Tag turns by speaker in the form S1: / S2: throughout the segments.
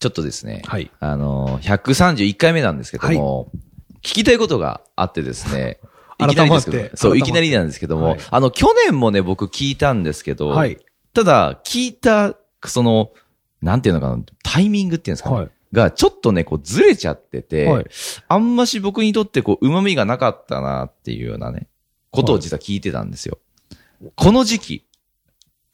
S1: ちょっとですね、
S2: はい。
S1: あのー、131回目なんですけども、聞きたいことがあってですね、いきなりですけ
S2: 改ま
S1: ど、
S2: って
S1: そう、
S2: 改
S1: い
S2: まって
S1: きなりなんですけども、
S2: はい
S1: あの、去年もね、僕聞いたんですけど、
S2: はい。
S1: ただ、聞いた、その、なんていうのかな、タイミングっていうんですかね、
S2: はい。
S1: が、ちょっとね、こう、ずれちゃってて、
S2: はい。
S1: あんまし僕にとって、こう、旨味がなかったなっていうようなね、ことを実は聞いてたんですよ。この時期、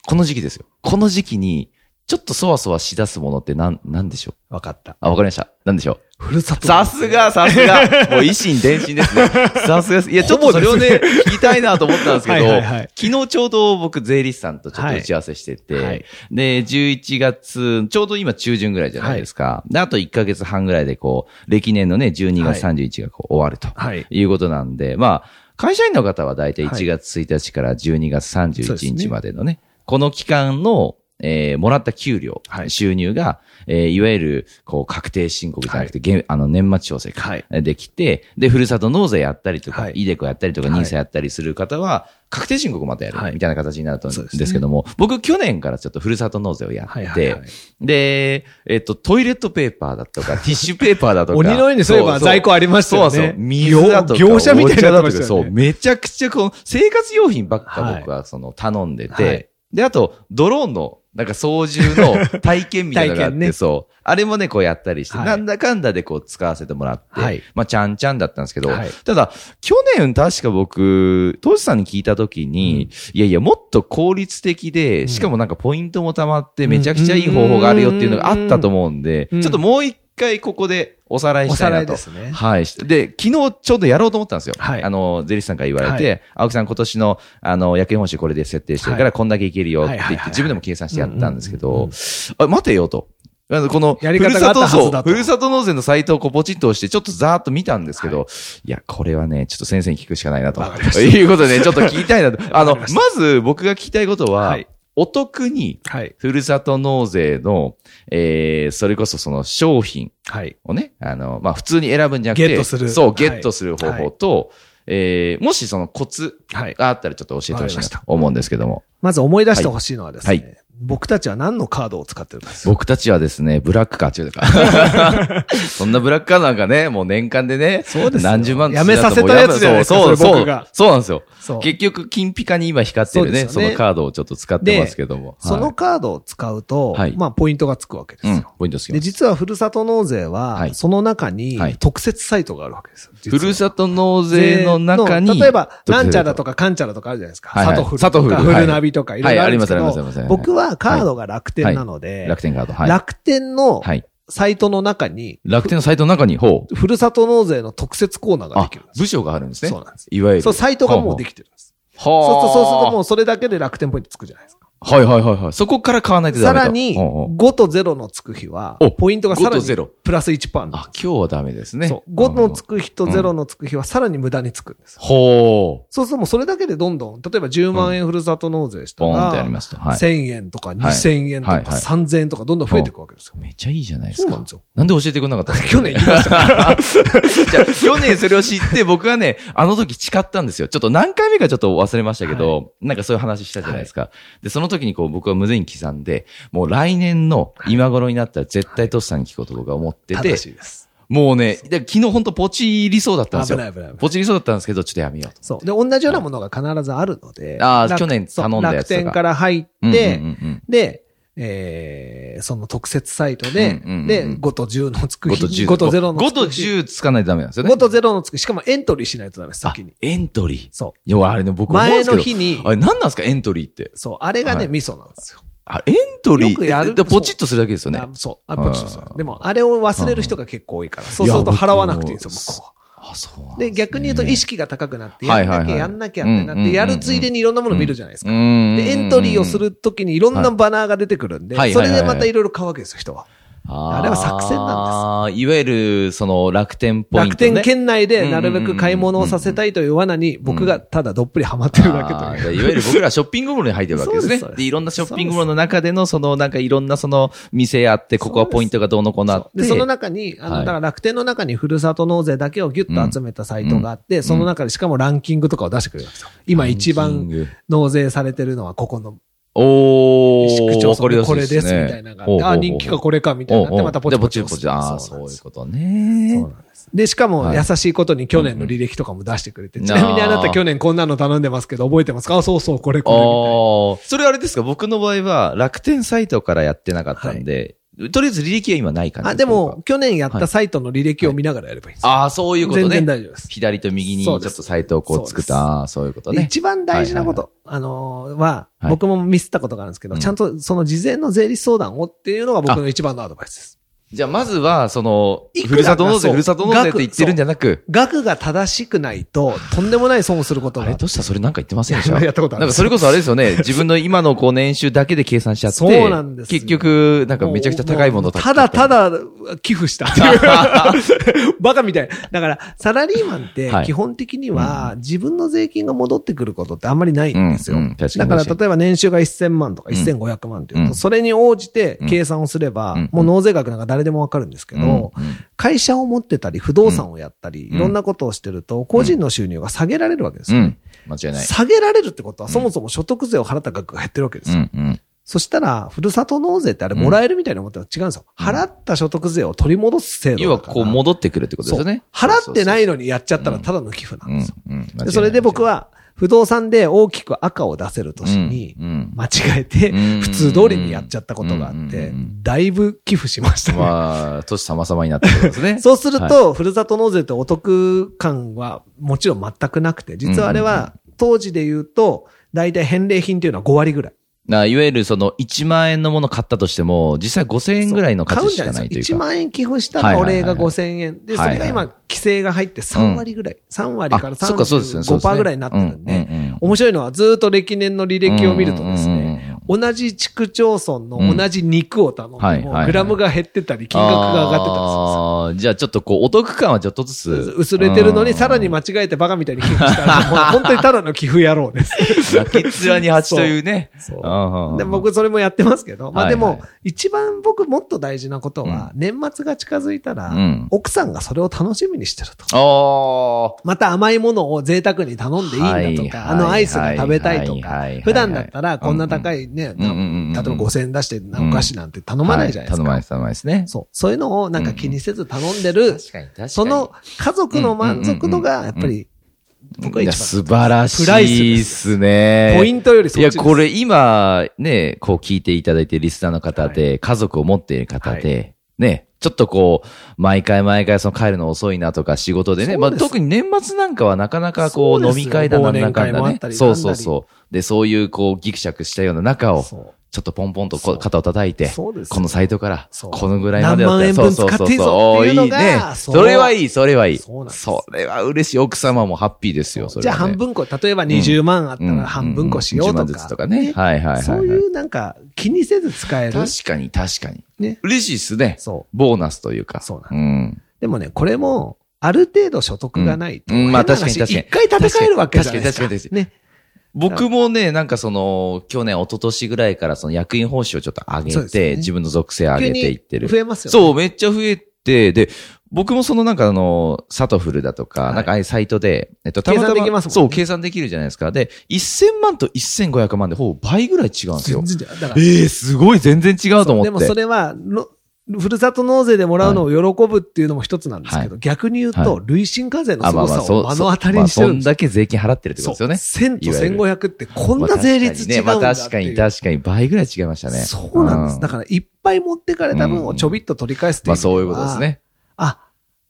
S1: この時期ですよ。この時期に、ちょっとそわそわしだすものってなん、なんでしょう
S2: わかった。
S1: あ、わかりました。なんでしょ
S2: ふるさ
S1: う
S2: と。
S1: さすが、さすが。もう、維新伝心 ですね。さすがです。いや、ちょっとそれをね、聞きたいなと思ったんですけ
S2: は
S1: ど
S2: い、はいはい。
S1: 昨日ちょうど僕、税理士さんとちょっと打ち合わせしてて、
S2: はい。
S1: で、11月、ちょうど今中旬ぐらいじゃないですか。で、あと1ヶ月半ぐらいでこう、歴年のね、12月31日がこう終わると
S2: はい。
S1: いうことなんで、まあ、会社員の方は大体
S2: はい
S1: 1月1日から12月
S2: そう
S1: 31
S2: です
S1: 日
S2: ね
S1: までのね、この期間の、えー、もらった給料、
S2: はい
S1: 収入が、えー、いわゆる、こう、確定申告じゃなくて、現あの、年末調整か、
S2: はい
S1: できて、で、ふるさと納税やったりとか、
S2: はい
S1: イデコやったりとか、
S2: はい
S1: ニーサやったりする方は、確定申告までやる、
S2: はい
S1: みたいな形になると思
S2: そううんですね
S1: ですけども、僕、去年からちょっとふるさと納税をやって、
S2: はい。はいはい。
S1: で、えっと、トイレットペーパーだとか、ティッシュペーパーだとか。
S2: 鬼のようにそういえば在庫ありましたよね
S1: そうそう。水だとか。
S2: 業業者みたいになって
S1: お
S2: ま
S1: 茶だと
S2: した
S1: か
S2: よね
S1: そう、めちゃくちゃこの生活用品ばっか
S2: はい
S1: 僕はその頼んでて、
S2: はい
S1: で、あと、ドローンの、なんか操縦 の体験みたいなのがあって、
S2: 体験ね
S1: そう。あれもね、こうやったりして、
S2: はい
S1: なんだかんだでこう使わせてもらって、
S2: はい
S1: まあ、ちゃんちゃんだったんですけど、
S2: はい
S1: ただ、去年確か僕、当時さんに聞いたときに、いやいや、もっと効率的で、
S2: ん
S1: しかもなんかポイントも貯まって、めちゃくちゃいい方法があるよっていうのがあったと思うんで、
S2: うん
S1: ちょっともう一回ここでおさらい
S2: お
S1: した
S2: さ
S1: い
S2: ら
S1: ないと
S2: で。すね。
S1: はい。してで、昨日ちょうどやろうと思ったんですよ。
S2: はい
S1: あの、ゼリスさんから言われて、
S2: は
S1: 青木さん今年の、あの、役員報酬これで設定してるか
S2: は
S1: ら、こんだけいけるよって言っ
S2: はい
S1: て
S2: はいはいは、い
S1: 自分でも計算してやったんですけ
S2: うんうんうんう
S1: ど
S2: ん、
S1: あ、待てよと。あのこの、
S2: やり方があったはずだ
S1: ふるさとそ
S2: と
S1: うふるさと納税のサイトをこうポチッと押して、ちょっとざーっと見たんですけど、い、や、これはね、ちょっと先生に聞くしかないなと。
S2: わかりました
S1: いうことで、ちょっと聞きたいなと。あの、まず僕が聞きたいことは、
S2: はい
S1: お得に、
S2: はい。
S1: ふるさと納税の、えー、それこそその商品、
S2: はい。
S1: をね、あの、まあ、普通に選ぶんじゃなくて、
S2: ゲットする
S1: そう、
S2: はい
S1: ゲットする方法と、えーもしそのコツ
S2: はい。
S1: があったらちょっと教えてほしいなと思うんですけども、
S2: まず思い出してほしいのはです
S1: はいは
S2: ね、僕たちは何のカードを使ってるかです。
S1: 僕たちはですね、ブラックカー、違うか。 そんなブラックカーなんかね、もう年間でね、
S2: そうですよ
S1: 何十万
S2: やめさせたやつじゃないですか
S1: そう
S2: それ
S1: そう
S2: 僕が
S1: そうなんですよ。
S2: そう。
S1: 結局、金ピカに今光ってるね、
S2: そうです
S1: そ
S2: よね
S1: のカードをちょっと使ってますけども。
S2: そ
S1: は
S2: の
S1: い
S2: カードを使うと
S1: はい、
S2: まあ、ポイントがつくわけです
S1: うん
S2: よ。、
S1: ポイントです
S2: で、
S1: よ。
S2: 実はふるさと納税
S1: は
S2: は、
S1: い
S2: その中に
S1: はい
S2: 特設サイトがあるわけですよ。実
S1: ふ
S2: は
S1: るさと納税の中に、
S2: 例えば、なんちゃら
S1: か
S2: とかかんちゃらとかあるじゃないですか。
S1: はいはい
S2: サトフルと
S1: サ
S2: か、
S1: トフル
S2: フルナビとか、
S1: はい
S2: いろいろあるんですけど、
S1: はいありますありますあります
S2: 僕はカードが楽天なので、
S1: 楽天カード。はい。
S2: 楽天の
S1: はい。
S2: サイトの中に、
S1: 楽天のサイトの中に、ほう。
S2: ふるさと納税の特設コーナーがで
S1: あ
S2: きるんです
S1: 部署があるんですね。
S2: そうなんです。
S1: いわゆる。
S2: そう、サイトがもうで
S1: き
S2: きてるんです。
S1: は
S2: そうすると、そうするとも
S1: う。
S2: うそれだけで楽天ポイントつくじゃないですか。
S1: はいはいはいはい。そこから買わないとダ
S2: さ
S1: メだ
S2: らに、
S1: ほうほう
S2: 5と0のつく日は
S1: お、
S2: ポイントがさら
S1: 5と0
S2: にプラス1%パーになる
S1: あ、今日はダメですね。
S2: そう。5のつ
S1: く。
S2: く日と0のつく日はさらに無駄につくんです。
S1: ほう。
S2: そうするともうそれだけでどんどん、例えば10万円ふるさと納税した
S1: ボーン
S2: ら、
S1: ってやりました。はい。
S2: 1000円とか2000円とか
S1: はいはいはい
S2: 3000円とかどんどん増えていくわけですよ。
S1: めっちゃいいじゃないで
S2: そ
S1: す
S2: うな
S1: か
S2: ん。ですよ。
S1: なんで教えてくれなかったんですか
S2: 去年言いましたから。
S1: じゃあ去年それを知って、僕はね、あの時誓ったんですよ。ちょっと何回目かちょっと忘れましたけど、なんかそういう話したじゃないですか。で、その時にこう僕は無銭刻んで、もう来年の今頃になったら絶対トスさんに聞こうと僕は思ってて、
S2: 正しいです。
S1: もうね、で昨日ほんとポチりそうだったんです
S2: 危
S1: よ
S2: な。い危ない危ない。
S1: ポチりそうだったんですけど、ちょっとやめようと。
S2: そう。で、同じようなものが必ずあるので。
S1: あー
S2: 楽
S1: 去年頼んだやつとか
S2: そう楽天から入
S1: うん
S2: っ
S1: うんう
S2: て、
S1: ん
S2: で、えーその特設サイトで
S1: うんうんうん、
S2: で、5と10のつ
S1: う
S2: く
S1: ん、
S2: 日、
S1: 5と10。
S2: 5と0の
S1: 5
S2: つ
S1: と
S2: く日。
S1: 10つかないとダメなんですよね。
S2: 5と0のつく日。しかもエントリーしないとダメです、
S1: あ
S2: 先に。
S1: エントリ
S2: そ
S1: ー。いや、あれね、
S2: う。
S1: 僕思うんで
S2: 前
S1: すけ
S2: の
S1: ど。
S2: 日に
S1: あ、れ、何なんですか、エントリーって。
S2: そう、あれが
S1: はい
S2: ね、ミソなんですよ。
S1: あ、エントリー。
S2: よくやる
S1: えでポチッとするだけですよね
S2: あ。そう。あ、
S1: はい
S2: ポチッとするでも、あれを忘れる人が結構多いから、そうすると
S1: いや
S2: 払わなくていいんですよ、
S1: 僕
S2: 向こう
S1: あ、そうなん
S2: は。
S1: すね
S2: で、逆に言うと意識が高くなって、
S1: は
S2: や
S1: い
S2: ん
S1: はい
S2: な
S1: は
S2: き
S1: い
S2: ゃやんなきゃってな
S1: うんうんうんう
S2: っ
S1: ん
S2: て、やるついでにいろんなもの見るじゃないです
S1: う
S2: か。
S1: ん。
S2: で、エントリーをするときにいろんなバナーが出てくるんで
S1: はい、
S2: それでまたいろいろ買うわけですよ、人は。
S1: あ
S2: あれは作戦なん
S1: です。いわゆる、その楽天ポイン
S2: 楽
S1: ト、ね。
S2: 天圏内でなるべく買い物をさせたいという罠に僕がただどっぷりハマってるだけ
S1: あー
S2: と
S1: じ
S2: いう。
S1: ゃあいわゆる僕らショッピングモールに入ってるわけですね。
S2: そうですそう
S1: で
S2: です
S1: いろんなショッピングモールの中での、その、なんかいろんなその、店あって、ここはポイントがどうのこうのあって。
S2: で、その中に、あの、
S1: はい
S2: だから楽天の中にふるさと納税だけをギュッと集めたサイトがあって、その中でしかもランキングとかを出してくれるんですよ。今一
S1: ランキン
S2: 番
S1: グ。
S2: 納税されてるのはここの
S1: お
S2: 市
S1: ー、
S2: 区町
S1: わかり
S2: 村
S1: や
S2: のこ
S1: い
S2: れですみ
S1: ね
S2: たいなのがあって、あ、人気かこれかみたいになって、またポチポチ押す
S1: ああー、そういうこと
S2: そう
S1: ね
S2: なん。です。で、しかも
S1: はい
S2: 優しいことに去年の履歴とかも出してくれて、
S1: うん
S2: ちなみにあなた去年こんなの頼んでますけど覚えてますかあ、そうそう、こ
S1: あ
S2: れ
S1: あ
S2: これみたいな。
S1: ー、それあれですか僕の場合は楽天サイトからやってなかったんで、とりあえず履歴は今ない感じ
S2: あ、でも、、去年やったサイトの履歴を見ながらやればいいんですよ。
S1: ああ、そういうこと
S2: 全
S1: ね
S2: 然。大丈夫です。
S1: 左と右にちょっとサイトをこう作っ
S2: そうです
S1: た、あーそういうこと
S2: で
S1: ね。
S2: 一番大事なこと、あのー、は、
S1: はい
S2: 僕もミスったことがあるんですけど、
S1: うん
S2: ちゃんとその事前の税理士相談をっていうのが僕の一番のアドバイスです。
S1: じゃあまずは、その
S2: い、く
S1: ふる
S2: らか
S1: さと納税、
S2: そう
S1: ふるさと納税って言ってるんじゃなく、
S2: 額が正しくないと、とんでもない損をすること
S1: あ
S2: が
S1: れどうしたそれなんか言ってませんでした
S2: やったことあ
S1: な
S2: る
S1: んか
S2: んです
S1: それこそあれですよね。自分の今のこう年収だけで計算しちゃって。
S2: そうなんですよ
S1: 結局、なんかめちゃくちゃ高いもの
S2: うただただ寄 付したっていう。バカみたい。だから、サラリーマンって
S1: はい
S2: 基本的には自分の税金が戻ってくることってあんまりないんですよ。
S1: うんうん確か
S2: だ
S1: に
S2: から、例えば年収が1000万とか
S1: うん
S2: 1500万っていうと、
S1: うん
S2: それに応じて計算をすれば、
S1: うん
S2: もう納税額なんか誰でもわかるんですけ
S1: け
S2: ど、会社を持ってたり、不動産をやったり、
S1: うん
S2: いろんなことをしてると、個人の収入が下げられるわけです
S1: う
S2: よね
S1: ん。。間違いない。
S2: 下げられるってことは、そもそも所得税を払った額が減ってるわけです
S1: う
S2: よ。
S1: んうん。
S2: そしたら、ふるさと納税ってあれもらえるみたいに思ったら違うんですよ。
S1: うん
S2: 払った所得税を取り戻す制度だか
S1: 要は
S2: ら。
S1: こう戻ってくるってことですよね。
S2: そう払ってない
S1: の
S2: のにやっちゃったらただの寄付なんですよ。
S1: うん
S2: でそれで僕、は、不動産で大きく赤を出せる年に、
S1: うん
S2: 間違えて、
S1: うん
S2: 普通通りにやっちゃったことがあって
S1: うん、
S2: だいぶ寄付しましたね。
S1: まあ、年様々になってるんですね。
S2: そうすると、ふるさと納税ってお得感はもちろん全くなくて、実はあれは当時で言うと、大体返礼品っていうのは5割ぐらい。
S1: ないわゆるその1万円のもの買ったとしても、実際5000円ぐらいの価値しかないという
S2: 1
S1: か。
S2: 万円寄付した
S1: はい
S2: ら
S1: は
S2: お
S1: いはい
S2: 礼が5000円。で、それが
S1: はい
S2: 今、規制が入って3割ぐらい。3割から
S1: そっかそうですね。そうですね
S2: 35%ぐらいになってるんで、
S1: ううんうん
S2: 面白いのはずっと歴年の履歴を見るとです
S1: うんうんうんうん
S2: ね、同じ市区町村
S1: う
S2: の
S1: ん
S2: 同じ肉を頼んで
S1: はいはいは
S2: も、
S1: い
S2: グラムが減ってたり、金額が上がってたりするんですよ。
S1: あーじゃあちょっとこう、お得感はちょっとずつ。
S2: 薄れてるのに、さらに
S1: ま
S2: 間違えてバカみたいに寄付した ら、もう本当にただの寄付野郎です。
S1: た。きっ面に蜂というね。
S2: そう
S1: うんうん
S2: で、僕それもやってますけど、まあ
S1: は
S2: で
S1: い
S2: も
S1: は、
S2: 一番僕もっと大事なことは、年末が近づいたら
S1: うん、
S2: 奥さんがそれを楽しみにしてると。
S1: あー
S2: また甘いものを贅沢に頼んでいいんだと
S1: はい
S2: か、あのアイスが食べたいと
S1: はいはいはいはい
S2: か、普段だったらこんな高いね、
S1: うんう
S2: なん
S1: うんうん
S2: 例えば5000円出してなお菓子なんて頼まないじゃないです
S1: はい頼
S2: か。
S1: まない、頼まないですね。
S2: そう。そういうのをなんか気にせず頼んでる、
S1: かに、確かに
S2: その、家族の満足度がやっぱり、僕は
S1: いや、
S2: 一
S1: 素
S2: 番。
S1: 晴らしいですね。
S2: ポイントよりそ
S1: い
S2: っち
S1: や、
S2: です。
S1: これ今、ね、こう聞いていただいてるリスナーの方で、家族を持っている方で、ね、ちょっとこう、毎回毎回その帰るの遅いなとか仕事でね、
S2: そう
S1: まあ
S2: です
S1: 特に年末なんかはなかなかこう
S2: そう
S1: 飲
S2: です
S1: み会だ
S2: 忘
S1: なん
S2: 年
S1: だかん
S2: 会も
S1: だ
S2: あっ
S1: ね
S2: た。り
S1: そう
S2: なんだ
S1: そう
S2: り
S1: そう。で、そういうこうギクシャクしたような中を、ち
S2: そう
S1: ょっとポンポンとこ
S2: そう
S1: 肩を叩いて、
S2: そうですよ
S1: このサイトから、
S2: そう
S1: このぐらいまでだ
S2: 何万円
S1: そう
S2: 分
S1: そう
S2: 使
S1: そ
S2: っ
S1: う
S2: ていいぞ
S1: そう。
S2: っていうの
S1: い
S2: が
S1: ね。
S2: そ
S1: そうれはいい、それはいい。
S2: そうなんです
S1: それは嬉しい。奥様もハッピーですよ、それ
S2: じゃ
S1: は
S2: あ
S1: ね、
S2: 半分こ、例えば20万あったら半分こしようとか。
S1: んんん10万ずつとかね。はいはいはいはい。
S2: そういうなんか気にせず使える。
S1: 確かに確かに。
S2: ね。
S1: 嬉しいっすね。
S2: そ
S1: ボーナスというか。。
S2: そうなんう。でもね、これも、ある程度所得がないと。
S1: うんうんまあ
S2: 変な話
S1: 確かに確かに
S2: 一回戦えるわけじゃないですか。
S1: 確かに確か
S2: ね。
S1: 僕もね、なんかその、去年、一昨年ぐらいからその役員報酬をちょっと上
S2: そう
S1: げ
S2: です
S1: て、
S2: ね
S1: 自分の属性上
S2: 急
S1: げてい
S2: に
S1: ってる
S2: 増。えますよね。
S1: そう、めっちゃ増えて、で、僕もそのなんかあの、サトフルだとか、
S2: はい
S1: なんかああいうサイトで、えっと、
S2: 計算できますもんね
S1: そう、計算できるじゃないですか。で、1000万と1500万でほぼ倍ぐらい違うんですよ
S2: 全。然違う。だから、
S1: ええすごい、全然違うと思って。
S2: でもそれは、のふるさと納税でもらうのを喜ぶっていうのも一つなんですけど、逆に言う
S1: は
S2: と、累進課税の
S1: あ、まあ
S2: 凄
S1: まあ、
S2: さ
S1: そう、
S2: を目の
S1: そう
S2: 当たりにしてる
S1: まあそ
S2: ん
S1: ん
S2: ですよ。
S1: だけ税金払ってるってことですよね。
S2: そう1000と
S1: いわゆる
S2: 1500ってこんな税率違うんだ
S1: まあ
S2: ってい
S1: 確
S2: う。
S1: かにねまあ確かに確かに倍ぐらい違いましたね。
S2: そうなんです。だ
S1: か
S2: から、いっぱい持ってかれた分をちょびっと取り返すって
S1: ま
S2: いう、
S1: あそういうことです。ね。
S2: あ、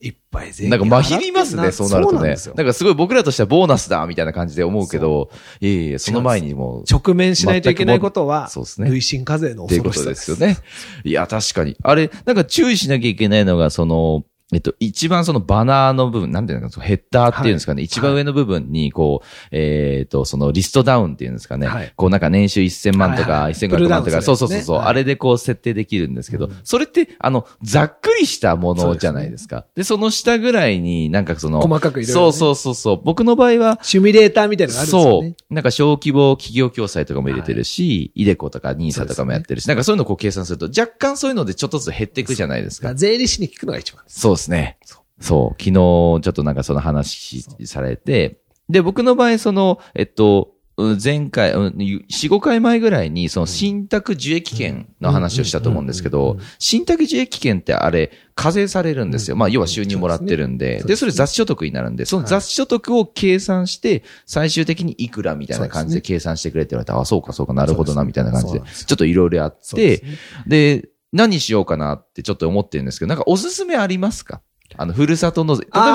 S2: いっぱい税金
S1: なんかまひります
S2: 払
S1: ね、
S2: って
S1: そ
S2: ん
S1: うなると
S2: そうなん
S1: ね
S2: です。よ
S1: なんかすごい僕らとしてはボーナスだみたいな感じで思うけど、いえいえ、その前にもう、
S2: 直面しないといけないことは、
S1: そうですね
S2: 累進課税の
S1: っていう
S2: 恐
S1: こ
S2: ろ
S1: と
S2: しさ
S1: ですよね。いや、確かに。あれ、なんか注意しなきゃいけないのが、その、えっと、一番そのバナーの部分、なんていうのかな、そのヘッダーっていうんですかね、
S2: はい
S1: 一番上の部分に、こう、えっ、と、そのリストダウンっていうんですかね、
S2: はい
S1: こうなんか年収1000万とか、
S2: はいはい
S1: 1500万と
S2: プルダ
S1: か、
S2: ウンするやつね
S1: そうそうそうそう、
S2: はい
S1: あれでこう設定できるんですけど、
S2: うん
S1: それって、あの、ざっくりしたものじゃないですか。でその下ぐらいになんかその、
S2: 細かくいろいろ
S1: そ
S2: ね
S1: うそうそうそう、僕の場合は、
S2: シミュレーターみたいなのがあるんですよね。
S1: そう。なんか小規模企業共済とかも入れてるし、イデコとかニーサとかもやってるし、なんかそういうのをこう計算すると、若干そういうのでちょっとずつ減っていくじゃないです
S2: だか
S1: か。
S2: ら税理士に聞くのが一番です。
S1: そうですね。そう。昨日、ちょっとなんかその話しされて、で、僕の場合、その、えっと、うん前回、うん4、5回前ぐらいに、その、信託受益権の話をしたと思うんですけ
S2: うんうん
S1: ど
S2: うんうん、
S1: 信託受益権ってあれ、課税されるんですよ。まあ、要は収入もらってるんで、
S2: そう
S1: で、
S2: ですね
S1: それ雑所得になるんで、その雑所得を計算して、最終的にいくらみたいな感じで計算してくれって言われたあ、そうかそうかなるほどな、みたいな感じで、
S2: そうなんですよ
S1: ちょっといろいろあっ
S2: そう
S1: て
S2: す、ね、
S1: で、何しようかなってちょっと思ってるんですけど、なんかおすすめありますかあの、ふるさと納税。例えば、
S2: あ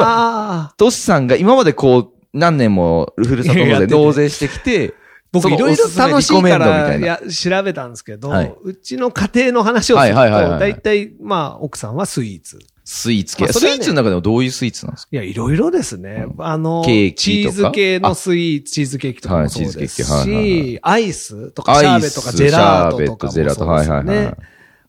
S2: あ、
S1: トシさんが今までこう、何年もふるさと
S2: いや
S1: 納
S2: やって
S1: 税、
S2: て
S1: 納税してきて、
S2: 僕
S1: その
S2: いろいろ
S1: おすすめ
S2: 楽し
S1: リコ
S2: い
S1: メン
S2: か
S1: ドみた
S2: ら
S1: い
S2: い
S1: な
S2: や調べたんですけど、
S1: はいう
S2: ちの家庭の話をすると、
S1: はいはいはいはい
S2: だいたい、まあ、奥さんはスイーツ。
S1: スイーツ系。
S2: まあそ
S1: ス
S2: れ
S1: イ
S2: は
S1: ー
S2: ね
S1: ツの中でもどういうスイーツなんですか
S2: いや、いろいろですね。
S1: う
S2: あの、
S1: ケーキとか
S2: チーズ系のスイーツ、チーズケーキとかもそうですし、
S1: はいチーズケーキはいはい
S2: アイスとかシャーベットと
S1: アイ
S2: か
S1: ス
S2: ジェラートとかも
S1: シ
S2: そ
S1: ャーベ
S2: うで
S1: ッ
S2: す
S1: ト
S2: よね。
S1: ジェラートはいはいはい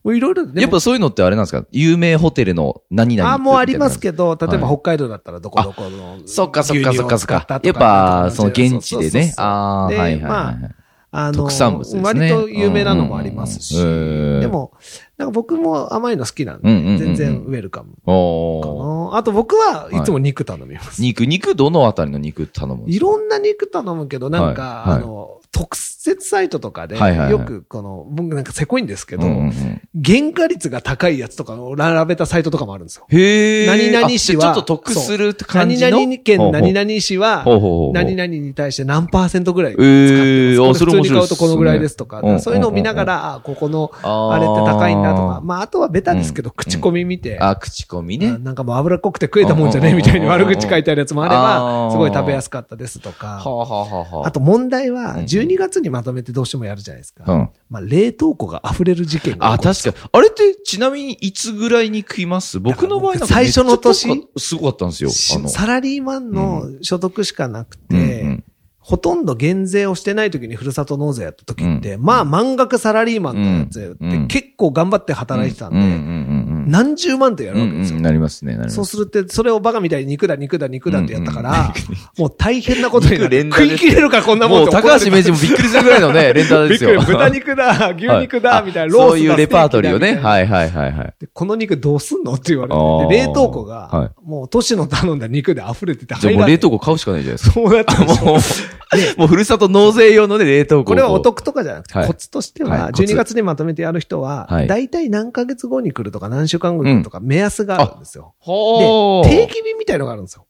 S2: もういろいろ、で
S1: やっ
S2: も
S1: ぱそういうのってあれなんですか有名ホテルの何々
S2: あ、もうあります
S1: ど。
S2: けど、例えば
S1: はい
S2: 北海道だったらどこどこの、
S1: そっかそっかそっかそっ
S2: 牛乳を使た
S1: か。や
S2: と
S1: っぱ、その現地で
S2: そうそうそう
S1: ね
S2: そ。う
S1: ああ、
S2: で
S1: はいはい
S2: ま
S1: はい。
S2: あの
S1: 特産物ですね
S2: 割と有名なのもありますし、
S1: うんうんうん
S2: でも、なんか僕も甘いの好きなん
S1: うんうんうんうん
S2: で、全然ウェルカムかな。
S1: おー
S2: あと僕はいつも肉頼みます。
S1: 肉、肉どのあたりの肉頼むんで
S2: い
S1: すか
S2: ろんな肉頼むけど、なんか、
S1: はいはい
S2: あの、特設サイトとかで、
S1: はいはいはい
S2: よくこの、僕なんかせこいんですけど、
S1: うんうんうん
S2: 原価率が高いやつとかを並べたサイトとかもあるんですよ。
S1: へえ。
S2: 何々市は
S1: あじゃあちょっと得するって感
S2: 何
S1: じの。
S2: 々県、何々市は
S1: ほうほうほうほう、
S2: 何々に対して何パーセントぐらい使ってます。
S1: ええ、あ、そ
S2: こ
S1: れ面
S2: れ普通
S1: 白い
S2: に買
S1: っ
S2: う
S1: す
S2: と
S1: ね
S2: このぐらいですとか、だ
S1: うんうん
S2: か
S1: うん
S2: らそういうのを見ながら、あここの、
S1: あー
S2: あれって高いんだとか、まあ、あとはベタですけど、
S1: うん
S2: 口コミ見て、
S1: あ、口コミ
S2: あ
S1: ね。
S2: なんかもう脂っこくて食えたもんじゃね
S1: う
S2: え
S1: んうんう
S2: み
S1: んうん
S2: たいに悪口書いてあるやつもあれ
S1: あー
S2: ば、すごい食べやすかったですと
S1: は
S2: か、
S1: あ、はあはあはあ、
S2: あと問題は、
S1: うん
S2: 12月にまとめてどうしてもやるじゃないですか。
S1: うん
S2: まあ、冷凍庫が溢れる事件が
S1: あ、
S2: 起こる。
S1: 確かに。あれって、ちなみに、いつぐらいに食います僕の場合なんか
S2: 最初の年
S1: めっちゃ遠かったすごかったんですよ。あの、
S2: しサラリーマンの所得しかなくて、
S1: うんうん
S2: ほとんど減税をしてない時にふるさと納税やった時って、まあ満額サラリーマンのやつ
S1: う
S2: っ
S1: ん
S2: て結構頑張って働いてたんで、
S1: うんうん
S2: 何十万とや
S1: うんうん。
S2: るわけです
S1: うん
S2: よ。
S1: うんなりますね、なります。
S2: そうするって、それをバカみたいに肉だ、肉だ、肉だってやったから、もう大変なことに
S1: 肉
S2: なる。
S1: 連打
S2: 食
S1: です
S2: い切れるか、こんなもん
S1: も
S2: っ
S1: う、
S2: て怒ら
S1: 高
S2: れた
S1: 橋名人もびっくりするぐらいのね、レンタル
S2: び
S1: で
S2: っ
S1: す
S2: くり
S1: よ。
S2: 豚肉だ、牛肉だ、みたいな、ロースだ
S1: そういうレパートリーを
S2: ステ
S1: ね。
S2: キだみたいな
S1: はいはいはいはい。
S2: でこの肉どうすんのって言わ
S1: あー
S2: れて、で冷凍庫
S1: は
S2: が、もう都市の頼んだ肉で溢れてて
S1: じゃあ
S2: 入ら
S1: もう
S2: ない。
S1: 冷凍庫買うしかないじゃないですか。
S2: そうなったんです
S1: も
S2: よ
S1: う、もうふるさと納税用のね、冷凍庫を
S2: これはお得とかじゃなくて、
S1: はい
S2: コツとして
S1: はい
S2: は、
S1: コツ
S2: 12月にまとめてやる人は
S1: はい、
S2: 大体何ヶ月後に来るとか何週間後に来るとか目安があるんですよ。で、
S1: ほー
S2: 定期便みたいのがあるんですよ。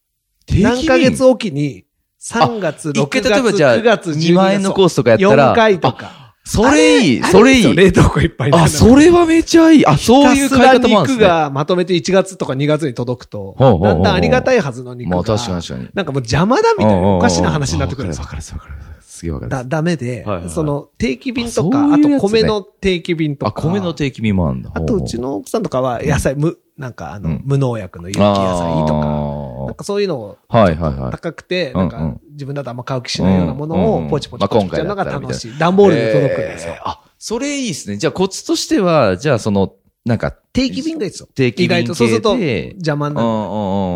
S1: 定期
S2: 何ヶ月
S1: を
S2: おきに、3月、
S1: 一
S2: 6
S1: 回
S2: 月、
S1: 例えばじゃあ
S2: 9月、
S1: 2万円のコースとかやったら
S2: 4回とか。
S1: それいい、
S2: あ
S1: それい
S2: あんで
S1: い。
S2: すよ冷凍庫いっぱいになる
S1: あ、それはめちゃいい。あ、そういう買い方もあるんです
S2: ひたすら肉
S1: ね。
S2: がまとめて1月とか2月に届く
S1: ほう
S2: と、
S1: ほうほうほう
S2: だんだんありがたいはずの肉
S1: も
S2: が
S1: う、確かに確かに。
S2: なんかもう邪魔だみたいな、おかしな話になってくるん
S1: わ
S2: ですよ。
S1: かるわかるわかるわかる。すげえわかる。
S2: だ、ダメで、
S1: はいはい
S2: その、定期便と
S1: あ
S2: か、
S1: そ
S2: あ
S1: ういうやつね
S2: と米の定期便と
S1: あ、
S2: か。
S1: 米の定期便もあるんだ。
S2: あと、うちの奥さんとかは、野菜、無、なんか、あの、
S1: うん
S2: 無農薬の有機
S1: ほうほう
S2: 野菜とか、なん
S1: あ
S2: かそういうのを、
S1: ーはいはいはい。
S2: 高くて、
S1: うんう
S2: なんんか、自分だとあんま買う気しないようなも
S1: うんう
S2: の
S1: ん
S2: を、ポチポチポチポチやるのが
S1: まあ今
S2: 楽
S1: 回だった
S2: しい。段ボールで届くんです
S1: えー
S2: よ。
S1: あ、それいいですね。じゃあコツとしては、じゃあその、なんか、
S2: 定期便がいいですよ。
S1: 定期
S2: 意
S1: 便系で
S2: 外と、そうすると、邪魔に
S1: う
S2: なる。
S1: んう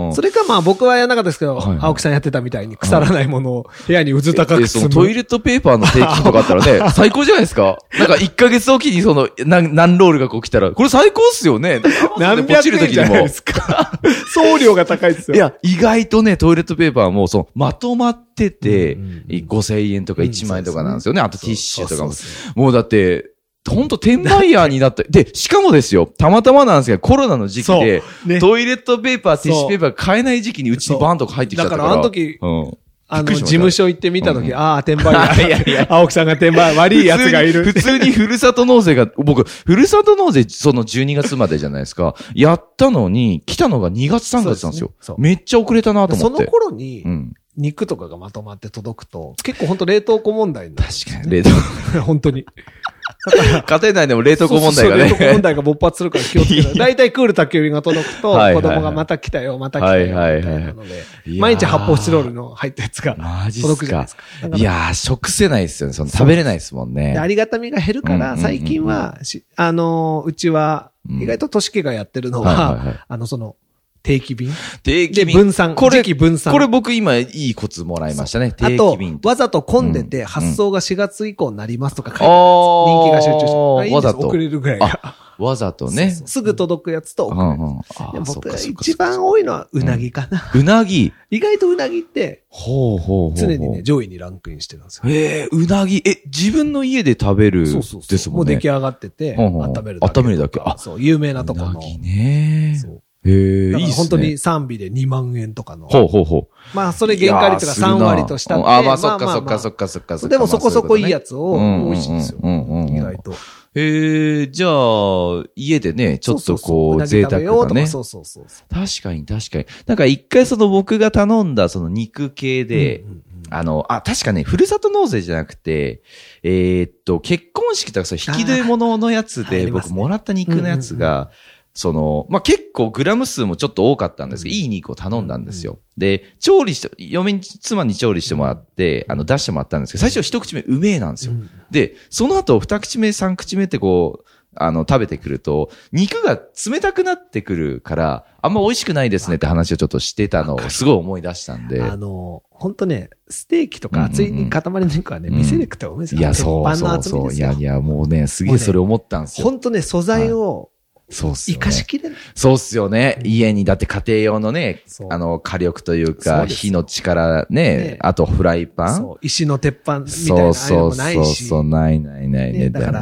S1: んうん。
S2: それか、まあ、僕はやらなかったですけど、
S1: はいはい
S2: 青木さんやってたみたいに、腐らないものを部屋にうず高
S1: え
S2: く
S1: そ
S2: 積
S1: の
S2: む。
S1: トイレットペーパーの定期とかあったら ね、最高じゃないですかなんか1ヶ月おきにその、何、何ロールがこう来たら、これ最高っすよね。
S2: 何百円じゃないですか。 送料が高いですよ。
S1: いや、意外とね、トイレットペーパーも、その、まとまってて、
S2: うんうんうん
S1: 5000円とか
S2: うん
S1: 1万円とかなんですよね。あとティッシュとかも
S2: そう。そうそう
S1: もうだって、ほんと転売ヤーになった。で、しかもですよ、たまたまなんですけど、コロナの時期で、
S2: そうね
S1: トイレットペーパー、
S2: う
S1: ティッシュペーパー買えない時期にうちにバーンとか入ってきちゃったから。
S2: だからあの時
S1: うん。び
S2: あの、
S1: っくりしま
S2: 事
S1: した
S2: 務所行ってみたと
S1: うんう
S2: き、
S1: ん
S2: ああ、転売 屋。
S1: いやいや
S2: 青木さんが転売、悪い奴がいる。
S1: 普通に、普通にふるさと納税が、僕、ふるさと納税、その12月までじゃないですか、やったのに、来たのが2月3月なんですよ。
S2: そうですねそう
S1: めっちゃ遅れたなと思
S2: そ
S1: って。
S2: の頃
S1: う
S2: に、
S1: ん。
S2: 肉とか がまとまって届くと、結構本当冷凍庫問題になる。
S1: 確かに、冷凍。
S2: 本当に。
S1: 家庭内でも冷凍庫問題が
S2: そうそう冷
S1: ね
S2: 凍。庫問題が勃発するから気をつ けて。大体クール宅急便が届くと、
S1: はいはいはい
S2: 子供がまた来たよ、また来たよ、み
S1: はい
S2: た
S1: はいいはい
S2: なので、
S1: いやー
S2: 毎日発泡スチロールの入ったやつが
S1: マジっ
S2: 届く
S1: す
S2: じゃない
S1: か
S2: ですか。だから
S1: いやー、食せないですよね。その食べれないですもんね
S2: で。ありがたみが減るか
S1: うんうんうん
S2: ら、
S1: うん
S2: 最近はし、あのー、うちは、
S1: うん
S2: 意外と都市家がやってるの
S1: はいはいはい
S2: は、あの、その、定期便
S1: 定
S2: で分散、
S1: これ
S2: 時期分散。
S1: これ僕今いいコツもらいましたね。
S2: あ
S1: 定期
S2: と
S1: 便、と。
S2: わざと混んでて、
S1: うん
S2: 発送が4月以降になりますとか書いてある
S1: 人
S2: やつ。人気が集中して。あいいん
S1: わ
S2: で
S1: ざ
S2: す
S1: と。
S2: 遅れるぐらいが。
S1: あわざとね。
S2: そうそう すぐ届くやつと
S1: う
S2: 遅れ
S1: ん
S2: る
S1: うん。あー
S2: でも
S1: そっ
S2: 僕
S1: か
S2: が
S1: そっか
S2: 一番多いのはうなぎかな。
S1: うなぎ。
S2: 意外とうなぎって
S1: ほうほうほうほう。
S2: 常にね、上位にランクインしてるんですよ。
S1: ええ、うなぎ。え、自分の家で食べるです
S2: そ
S1: も
S2: うんそう
S1: ね。
S2: そう。もう出来上がってて、
S1: ほうほう
S2: 温めるだけ。
S1: 温めるだけあ
S2: そう、有名なとこ
S1: う
S2: の
S1: な。ぎね
S2: そう。
S1: ええ、
S2: だ
S1: い
S2: か
S1: い
S2: ら
S1: っすね。
S2: 本当に。賛美で2万円とかの。
S1: ほうほうほう。
S2: まあ、それ原価率が3割とした
S1: い
S2: っ
S1: やーするなあ
S2: て。
S1: ー、まあそっかそっ
S2: まあ
S1: かそっかそっかそっか。
S2: でもそこそこいいや
S1: つ。
S2: つを、
S1: うんうんうん
S2: 美味しいんですよ。
S1: うんうんうん
S2: 意外と。
S1: ええ、じゃあ、家でね、ちょっ
S2: そ
S1: と
S2: そそ
S1: こう、
S2: なぎ
S1: 贅
S2: 食
S1: 沢
S2: べよう
S1: な
S2: とか
S1: ね。
S2: そうそうそうそう。
S1: 確かに確かに。なんか一回その僕が頼んだその肉系で、
S2: うんうんうん
S1: あの、あ、確かね、ふるさと納税じゃなくて、えーっと、結婚式とかその引き出物のやつ
S2: あーあ
S1: で、
S2: ります
S1: 僕
S2: ね
S1: もらった肉のやつ
S2: うん
S1: が、その、まあ、結構グラム数もちょっと多かったんですけど、いい肉を頼んだんですよ。で、調理して、嫁に、妻に調理してもらって、あの、出してもらったんですけど、最初一口目うめえなんですよ。
S2: うん
S1: で、その後、二口目、三口目ってこう、あの、食べてくると、肉が冷たくなってくるから、あんま美味しくないですねって話をちょっとしてたのを、すごい思い出したんで。
S2: あの、本当ね、ステーキとか厚い塊の肉はね、
S1: うんうん
S2: 店で食ったらうめえですよ。
S1: いや、そう
S2: 鉄
S1: そ
S2: 板の
S1: う
S2: 厚
S1: そ
S2: み
S1: う。
S2: で
S1: い
S2: す
S1: や
S2: よ
S1: い。や、もうね、すげえそれ思ったんですよ。
S2: 本当ね、素材を
S1: そうっすよね。
S2: 生かしきれない。
S1: そうっすよね。家に、だって家庭用のね
S2: そう、
S1: あの、火力という
S2: そ
S1: か、
S2: うですよ
S1: 火の力ね
S2: ね、
S1: あとフライパン。
S2: そう石の鉄板みたいな
S1: そ
S2: あ
S1: う
S2: あいう
S1: そう
S2: のもな
S1: そう
S2: いし。
S1: そう、ないないないね。
S2: ね、だから、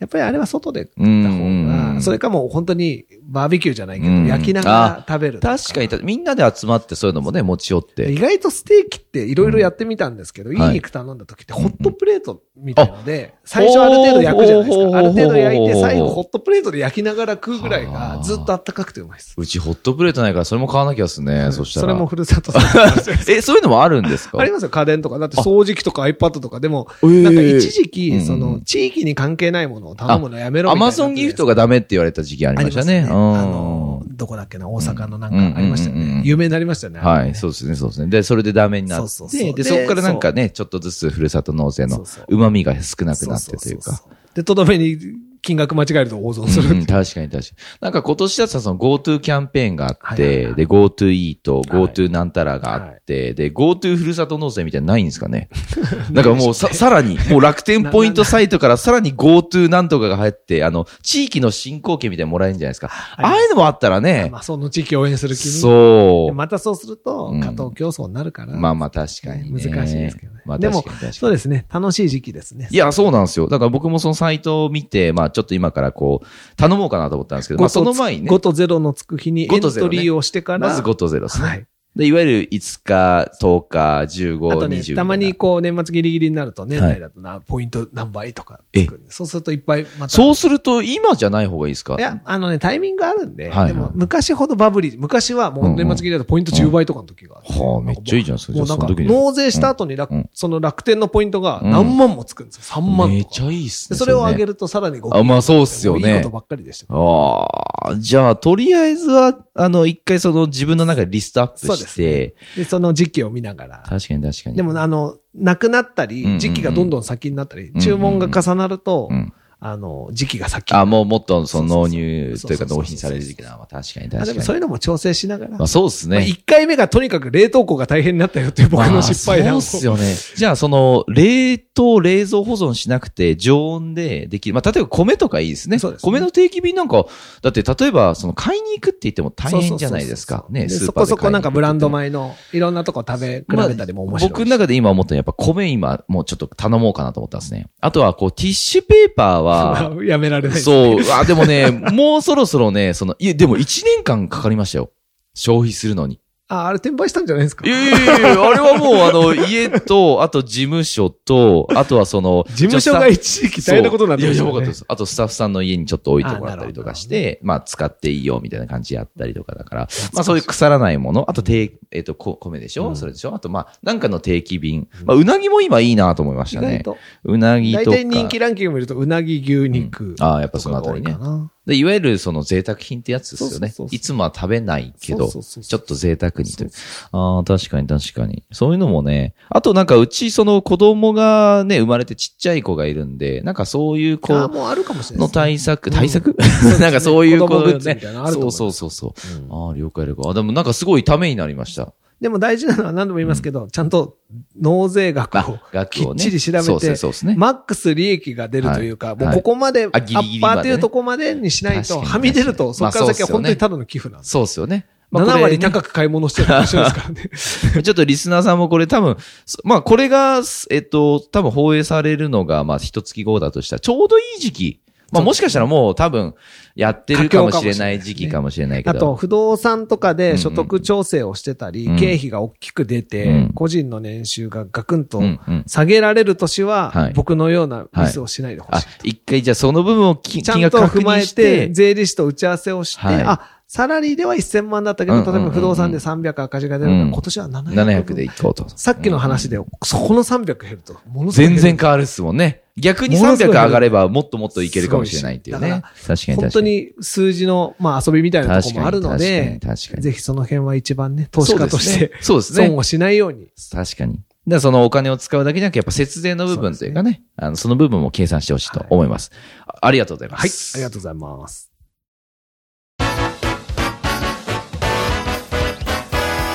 S2: やっぱりあれは外で食
S1: う
S2: った
S1: ん、
S2: 方
S1: う
S2: が、
S1: ん。
S2: それかもう本当にバーベキューじゃないけど
S1: うん、
S2: 焼きながら食べると。
S1: 確かに、みんなで集まってそういうのもね、持ち寄って
S2: 意。外とステーキっていろいろやってみたんですけど、
S1: ん
S2: いい肉頼んだ時ってホットプレートみたいので、最初ある程度焼くじゃないで
S1: お
S2: す
S1: ー
S2: か。ある程度焼いて、最後ホットプレートで焼きながら食うぐらいがずっと暖かくてうまいです。
S1: うちホットプレートないから、それも買わなきゃっすね、そしたら。
S2: れもふるさとさんの 話です。
S1: え、そういうのもあるんですか
S2: ありますよ、家電とか。だって掃除機とか iPad とかでも、
S1: えー
S2: なんか一時期、
S1: うん
S2: その、地域に関係ないものを頼むのやめろ
S1: ア
S2: みたいな。
S1: マゾンギフトがダメって言われた時期あり
S2: あ
S1: ま
S2: り
S1: し
S2: ま
S1: た
S2: す
S1: ね。
S2: ね。
S1: うん
S2: あの、どこだっけな、大阪のなんかありましたよ
S1: うんうんうんう
S2: ね
S1: ん。
S2: 有名になりましたよね。
S1: はい、そうですね、そうですね。で、それでダメになって、
S2: そうそうそう
S1: で、
S2: で
S1: そこからなんかね、ちょっとずつふるさと納税の
S2: そうそう
S1: 旨味が少なくなっ
S2: そ
S1: てという
S2: そ
S1: か
S2: そ。うそう。で、とどめに金額間違えると大損す
S1: う
S2: る。
S1: ん確かに確かに。なんか今年だったらその GoTo キャンペーンがあっ
S2: はいはい
S1: て、
S2: はい
S1: で、GoTo イート、GoTo なんたらがあって、で、GoTo ふるさと納税みたいなのないんですか ねなんかもうさ、さらに、もう楽天ポイントサイトからさらに GoTo なんとかが入って、あの、地域の振興券みたいなのもらえるんじゃないですか。
S2: りま
S1: あ
S2: す
S1: あいうのもあったらね
S2: ま、あ、その地域を応援する気に。
S1: そう
S2: で。またそうすると
S1: うん、
S2: 加藤競争になるから。
S1: まあまあ確かにね。
S2: 難しいですけどね。
S1: まあ
S2: で
S1: 確かに確
S2: も
S1: かに、
S2: そうですね。楽しい時期ですね。
S1: いや、そうなんですよ。だから僕もそのサイトを見て、まあちょっと今からこう、頼もうかなと思ったんですけど、まあその前にね
S2: 5、と0のつく日にエ
S1: 5
S2: ン
S1: と0ね
S2: トリーをしてから。
S1: まず5と0ですね。
S2: はい。
S1: で、いわゆる5日、10日、15、
S2: あとね、
S1: 20。
S2: たまにこう、年末ギリギリになると、年
S1: はい
S2: 内だとな、ポイント何倍とかつくんで。そうするといっぱいまた。
S1: そうすると、今じゃない方がいいですか
S2: いや、あのね、タイミングあるんで、
S1: はい
S2: でも昔ほどバブリー、昔はもう年末切りだとポイント10倍とかの時があって、
S1: うんはあめっちゃいいじゃんそれ
S2: もうなんか
S1: じゃあその時に
S2: 納税した後に楽、
S1: うん
S2: その楽天のポイントが何万もつくんですよ。3万とか。
S1: めっちゃいいっす
S2: で
S1: ね。
S2: それを上げ
S1: る。
S2: るとさらに5
S1: あまあそうっすよね
S2: いいことばっかりでした。
S1: ああ、じゃあ、とりあえずは、あの、一回その自分の中でリストアップ
S2: そうで
S1: し
S2: す
S1: て、
S2: で、その時期を見ながら。
S1: 確かに確かに。
S2: でも、あの、なくなった
S1: うんうんうん
S2: り、時期がどんどん先になったり、
S1: んうん
S2: 注文が重なると、
S1: うん
S2: あの、時期が先。
S1: あ、もうもっとその納入
S2: そうそうそう
S1: というか
S2: そうそうそうそう
S1: 納品される時期なのは確かに
S2: あで
S1: 確
S2: も
S1: か
S2: そ
S1: に。
S2: ういうのも調整しながら。
S1: まあそうです
S2: まあ
S1: ね。
S2: 1回目がとにかく冷凍庫が大変になったよっていう僕の失敗
S1: ま
S2: 談
S1: あ
S2: を。
S1: そうっすよね。じゃあ、その、冷凍、冷蔵保存しなくて、常温でできる。まあ、例えば米とかいいですね。
S2: そうですね
S1: 米の定期便なんか、だって例えば、その、買いに行くって言っても大変じゃないですか。ね、スー
S2: そ
S1: パーで買いに行
S2: こ
S1: く
S2: そこなんかブランド
S1: ま
S2: 米のいろんなとこ食べ比
S1: あ
S2: べたりも面白いし。
S1: 僕の中で今思ったのは、やっぱ米今、もうちょっと頼もうかなと思ったんですね。あとは、こう、ティッシュペーパーは、
S2: はやめられない。
S1: そう、あ、でもね、もうそろそろね、その、いや、でも1年間かかりましたよ。消費するのに。
S2: あ、あれ転売したんじゃないですか
S1: い。やいやいやいや、あれはもう、あの、家と、あと事務所と、あとはその、
S2: 事務所が一時期大変なことになって
S1: る、
S2: ま
S1: い
S2: し
S1: や
S2: た
S1: いや、
S2: ね
S1: 僕はです。あとスタッフさんの家にちょっと置いてもらったりとかして、まあ使っていいよみたいな感じやったりとかだから、まあそういう腐らないもの、あと定、えっ、と、こ米でしょ、
S2: うん
S1: それでしょあとまあ、なんかの定期便。まあ、うなぎも今いいなと思いまし
S2: 意
S1: たね
S2: 外。と。
S1: うなぎ
S2: 大
S1: とか。
S2: 体人気ランキング見ると、うなぎ、牛肉。
S1: ああ、やっぱそのあたりね。でいわゆるその贅沢品ってやつですよね
S2: そうそうそう。そう
S1: いつもは食べないけど、
S2: そうそうそうそう
S1: ちょっと贅沢にという。ああ、確かに確かに。そういうのもね、あとなんかうちその子供がね、生まれてちっちゃい子がいるんで、なんかそういう子
S2: ああ、もうあるかもしれない
S1: の
S2: ですね。
S1: 対策、
S2: うん
S1: 対策、
S2: すね
S1: なんかそういう子グッズ
S2: 子供用のやつみ
S1: ね
S2: たいなのあると
S1: そ
S2: 思いうます
S1: そうそうそう。
S2: うん
S1: ああ、了解了解。あ、でもなんかすごいためになりました。
S2: でも大事なのは何度も言いますけど、ちゃんと納税額を
S1: あ、額
S2: き
S1: を
S2: っ
S1: ね。
S2: ちり調べ
S1: そうです
S2: て
S1: ね、、そうですね。
S2: マックス利益が出るという
S1: は
S2: か、
S1: い
S2: もうここまで、ア
S1: あギリギリ
S2: ッ
S1: ま
S2: パ
S1: でね
S2: ーというとこまでにしない
S1: 確か
S2: と、
S1: に
S2: はみ出ると、そ
S1: ま
S2: こ
S1: あ
S2: から先
S1: そうっ
S2: は
S1: すよ
S2: 本
S1: ね
S2: 当にただの寄付なんです。
S1: そうですよね。まあこ
S2: 7
S1: れ
S2: 割
S1: ね
S2: 高く買い物してるのと一緒ですから ね。
S1: ちょっとリスナーさんもこれ多分、そまあこれが、すえっと、多分放映されるのが、まあ一月後だとしたら、ちょうどいい時期。まあもしかしたらもう多分、やってるかもしれない時期かもしれないけ
S2: あ
S1: ど。
S2: と、不動産とかで所得調整をしてたり、
S1: うん
S2: 経費が大きく出て、
S1: うん
S2: 個人の年収がガクンと
S1: うんうん。
S2: 下げられる年は、
S1: はい
S2: 僕のようなミスをしないでほしい。
S1: あ、一回じゃあその部分をき
S2: ちゃ
S1: 金
S2: ん
S1: 額
S2: と
S1: 確
S2: 踏ま
S1: 認
S2: え、
S1: してて、
S2: 税理士と打ち合わせをして、
S1: はい
S2: あ、サラリーでは1000万だったけ
S1: う
S2: ど、
S1: んうんうん
S2: 例えば不動産で300赤字が出るから、
S1: うん
S2: 今年は700。
S1: 700でいこうと。
S2: さっきの話で、そこの300減ると、ものすごい
S1: 全然変わるっすもんね。逆に
S2: ものす
S1: 300
S2: ごい
S1: 上がればもっともっといけるかもしれないっていう
S2: すごい
S1: ね確
S2: しだ。
S1: かに確かに。
S2: 本当に数字の、まあ、遊びみたいなとこもあるので
S1: 確かに確かに確か、に
S2: ぜひその辺は一番ね、投資家と
S1: そうで
S2: して、
S1: すね。そうですね
S2: 損をしないように。
S1: 確かに。だからそのお金を使うだけじゃなくて、やっぱ節税の部分というかね、あのその部分も計算してほしいと思います、あありがとうございま
S2: はい、
S1: す。
S2: ありがとうございます。